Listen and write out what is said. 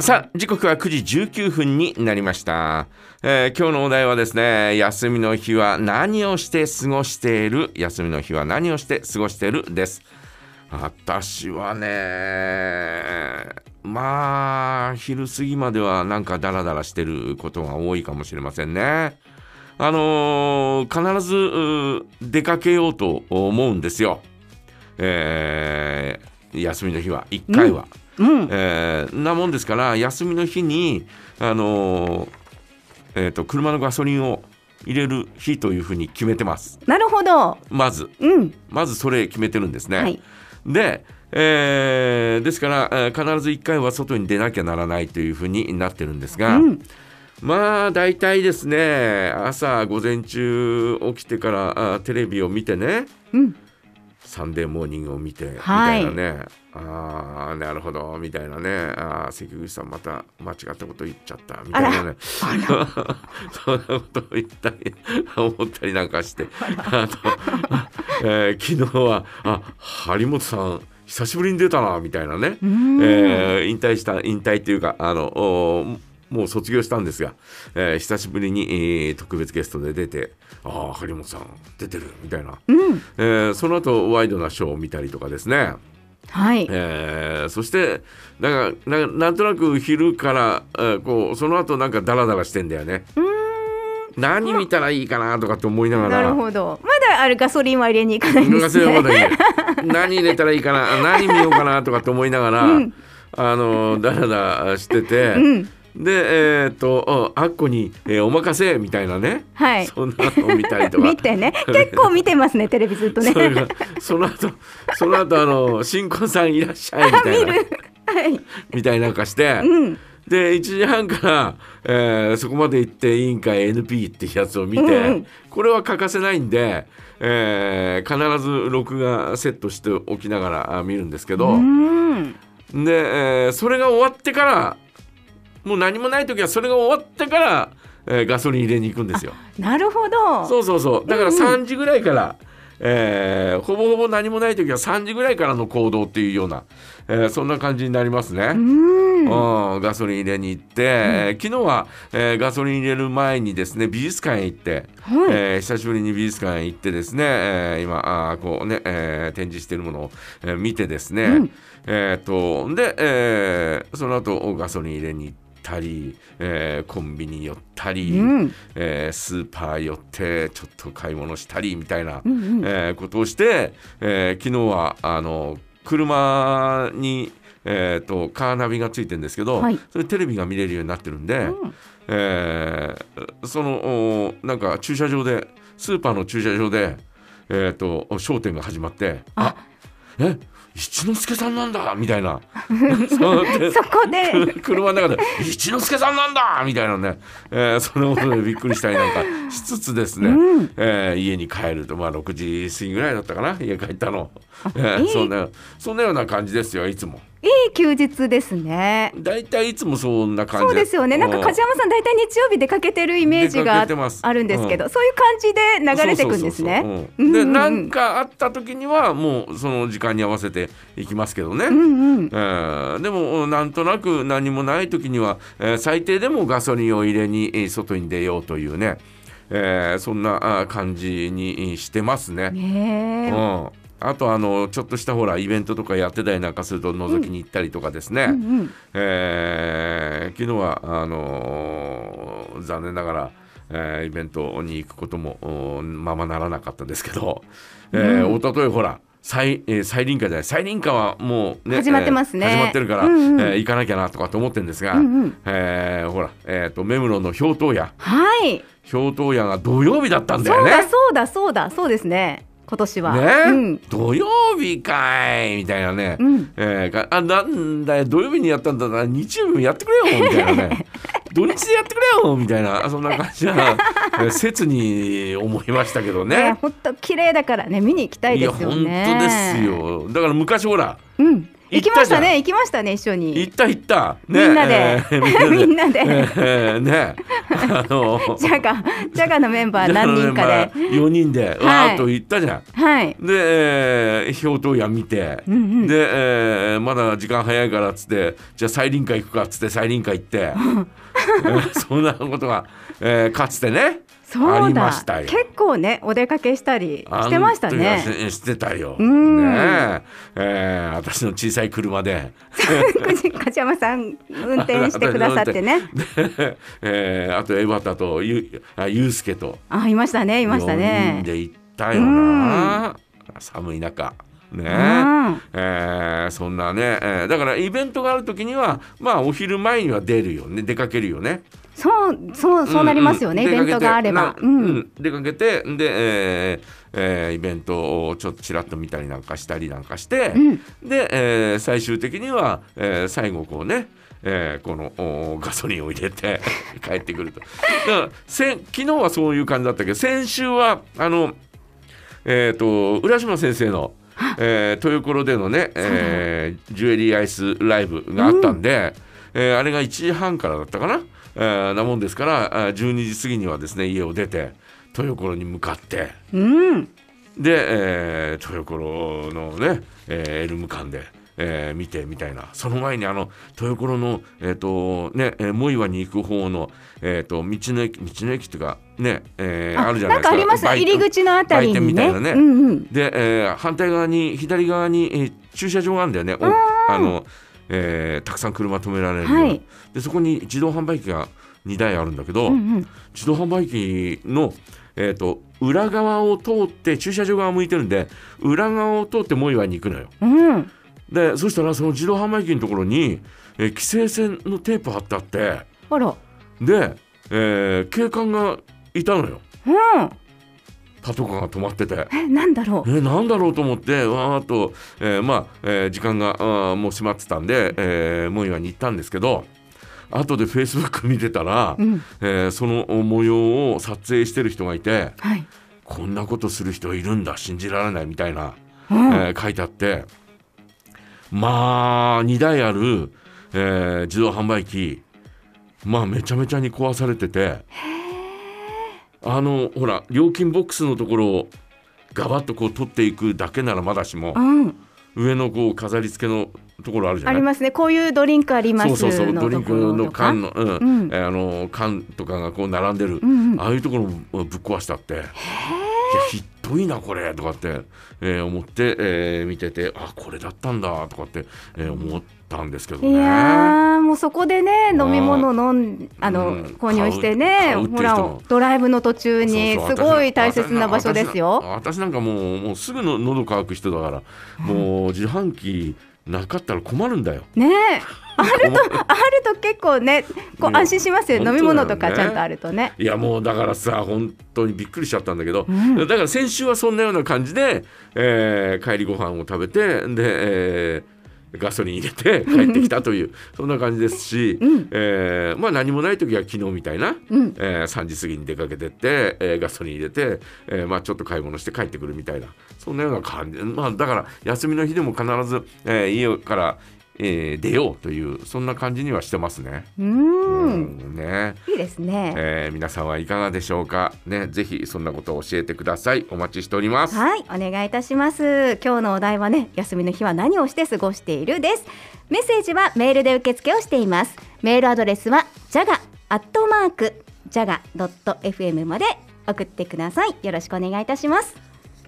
さあ時刻は9時19分になりました、えー今日のお題はですね休みの日は何をして過ごしている休みの日は何をして過ごしているです私はねまあ昼過ぎまではなんかダラダラしてることが多いかもしれませんねあのー必ずうー出かけようと思うんですよえー休みの日は1回は、えーなもんですから休みの日に、あのーえー、と車のガソリンを入れる日というふうに決めてますなるほど。まずうん。まずそれ決めてるんですね。はいで、えーですから、えー必ず1回は外に出なきゃならないというふうになってるんですが、まあ大体ですね朝午前中起きてからあテレビを見てねうん。サンデーモーニングを見てみたはいいなね、ああなるほどみたいなねあー関口さんまた間違ったこと言っちゃったみたいなねそんなことを言ったり思ったりなんかしてあと、えー昨日はあ張本さん久しぶりに出たなみたいなね、えー引退した引退というかあのおもう卒業したんですが、えー久しぶりに、えー特別ゲストで出て「ああ張本さん出てる」みたいな、えーその後ワイドなショーを見たりとかですね、はい。えーそしてなんかなんかなんとなく昼から、えーこうその後なんかダラダラしてんだよね。何見たらいいかなとかって思いながら。なるほど。まだあれガソリンは入れに行かないん見で逃すせるね。まで ね何入れたらいいかな何見ようかなとかって思いながら、あのだらだらしてて、でえっ、とああっこに、えーお任せ」みたいなね、はいそんなの見たりとか 見てね。結構見てますね、テレビずっとねそ。れがその後その後あの新婚さんいらっしゃいみたい なはい。みたいなんかして、で1時半から、えーそこまで行って委員会 NP ってやつを見て、うんうんこれは欠かせないんで、えー必ず録画セットしておきながらあ見るんですけど、うん。で、えーそれが終わってからもう何もない時はそれが終わってから、えーガソリン入れに行くんですよ。なるほど。そうそうそうだから3時ぐらいから、えーほぼほぼ何もない時は3時ぐらいからの行動っていうような、えーそんな感じになりますね。うん。うん、ガソリン入れに行って、えー昨日は、えーガソリン入れる前にですね美術館へ行って、はいえー久しぶりに美術館へ行ってですね、えー今あーこうね、えー展示しているものを、えー見てですね、えーっとで、えーその後ガソリン入れに行ったり、えーコンビニ寄ったり、うんえースーパー寄ってちょっと買い物したりみたいな、んうんえーことをして、えー昨日はあの車に、えー、とカーナビがついてるんですけど、はいそれテレビが見れるようになってるんで、えーそのおなんか駐車場でスーパーの駐車場で、えー、と商店が始まって「あえ一之輔さんなんだ」みたいな そうやってそこで。 車の中で「一之輔さんなんだ!」みたいなね、えーそのことでびっくりしたりなん かしつつですね、えー家に帰るとまあ6時過ぎぐらいだったかな家帰ったの、えーいいそんなそんなような感じですよいつもいい休日ですね。大体いつもそんな感じそうですよね。なんか梶山さん大体日曜日出かけてるイメージ出かがけてますあるんですけど、そういう感じで流れてくんですねそうそうそう。うそううんんでうん何かあった時にはもうその時間に合わせていきますけどね、うんうん。えーでもなんとなく何もない時には、えー最低でもガソリンを入れにえー外に出ようというね、えーそんなあー感じにしてますね。ねうえ。ん、あとあのちょっとしたほらイベントとかやってたりなんかすると覗きに行ったりとかですね、うんうんえー昨日はあのー残念ながら、えーイベントに行くこともおーままならなかったですけど、えーおとといほら再えー再臨火じゃない再臨火はもうね始まってますねえー始まってるから、うんうんえー行かなきゃなとかと思ってるんですが、うんうんえーほら、えー、と目黒の氷頭屋はい。氷頭屋が土曜日だったんだそようね。だそうだそうだそうですね。今年は。ね、うん。土曜日かいみたいなね、うんえーかあなんだよ土曜日にやったんだな日曜日もやってくれ よみたいなね土日でやってくれよみたいなそんな感じ はえー切に思いましたけどねね。本当綺麗だからね見に行きたいいでやす本よ当ね。です。よだから昔ほらうん。行きました行ねっ行きましたね一緒じゃん。行にった行った。みんなで みんなでえーね。あの。ジャガジャガのメンバー何人かで4人でわはいーっと行ったじゃん。はいで、えー、氷頭屋見て、うんうんで、えーまだ時間早いからっつってじゃあ再臨会行くかっつって再臨会行って、え ーそんなことが、えーかつてねあそうりまだしたよ。結構ねお出かけしたりしてましたあのね時はししてたよ。うんねええー私の小さい車で。 梶山さん運転してくださっ てねで。えーあと江端とゆあゆうすけとあいましたねいました4人ねで行ったよな。寒い中。ねうんえーそんなね、えーだからイベントがある時にはまあお昼前には出るよね出かけるよねそうそうそうなりますよねイんベんントがあれば出かけてなううんん出かけてで、えーえーイベントをちょっとちらっと見たりなんかしたりなんかして、で、えー最終的には、えー最後こうねえーこのおガソリンを入れ て帰ってくるとだからせん昨日はそういう感じだったけど先週はあのえー、と浦島先生の、えー、豊頃でのね、えージュエリーアイスライブがあったんで、えーあれが1時半からだったかな、えーなもんですからあー12時過ぎにはですね家を出て豊頃に向かってうんで、えー、豊頃のね、えーエルム館で。えー見てみたいなその前にあの豊頃のえっ、とねえー藻岩に行く方のえっ、と道の駅道の駅っていうかね、えーあるじゃないんですかかありますバイ入り口のあたりにね売店みたいなねうんうんで、えー反対側に左側に、えー駐車場があるんだよねおあの、えーたくさん車止められるような、はいでそこに自動販売機が2台あるんだけど、うんうん自動販売機の、えー、と裏側を通って駐車場側向いてるんで裏側を通って藻岩に行くのようんでそしたらその自動販売機のところに、えー規制線のテープ貼ってあってあらで、えー警官がいたのようんパトカーが止まってて。えなんだろうね、なんだろうと思ってわーっと、えーまあ、えー時間があーもう迫ってたんで、えー、モイワに行ったんですけど後でフェイスブック見てたら、うんえーその模様を撮影してる人がいてはいこんなことする人いるんだ信じられないみたいな、うんえー書いてあってまあ2台ある、えー自動販売機まあめちゃめちゃに壊されててあのほら料金ボックスのところをガバッとこう取っていくだけならまだしもうん上のこう飾り付けのところあるじゃあないりますね。こういうドリンクありますそのうそうそうとこドリンクろのとか缶の、うんうんえーあの缶とかがこう並んでる、うんうんああいうところもぶっ壊したっていやひっどいなこれとかって、えー思って、えー見ててあこれだったんだとかって、えー思ったんですけどね。いやーもうそこでねうん飲み物飲んあの、うん購入してね買う買うっていう人もほらドライブの途中にそうすそうごい私な大切な場所ですよ。私な私なんかもうもうすぐの喉乾く人だから、もう自販機なかったら困るんだよ。ねえあるとあると結構ねこいうや安心しますよ本当だ飲みよね物とかちゃんとあるとね。いやもうだからさ本当にびっくりしちゃったんだけど、うんだから先週はそんなような感じで、えー帰りご飯を食べてで、えーガソリン入れて帰ってきたというそんな感じですし、うんえーまあ、何もない時は昨日みたいな、うんえー3時過ぎに出かけてって、えーガソリン入れて、えーまあ、ちょっと買い物して帰ってくるみたいなそんなような感じ、まあ、だから休みの日でも必ず、えー家から、えー出ようというそんな感じにはしてますね。うーんうんねいいですね。えー皆さんはいかがでしょうかね、ぜひそんなことを教えてください。お待ちしております。はいお願いいたします。今日のお題はね休みの日は何をして過ごしているです。メッセージはメールで受付をしています。メールアドレスは jaga アットマーク jaga ドット fm まで送ってください。よろしくお願いいたします。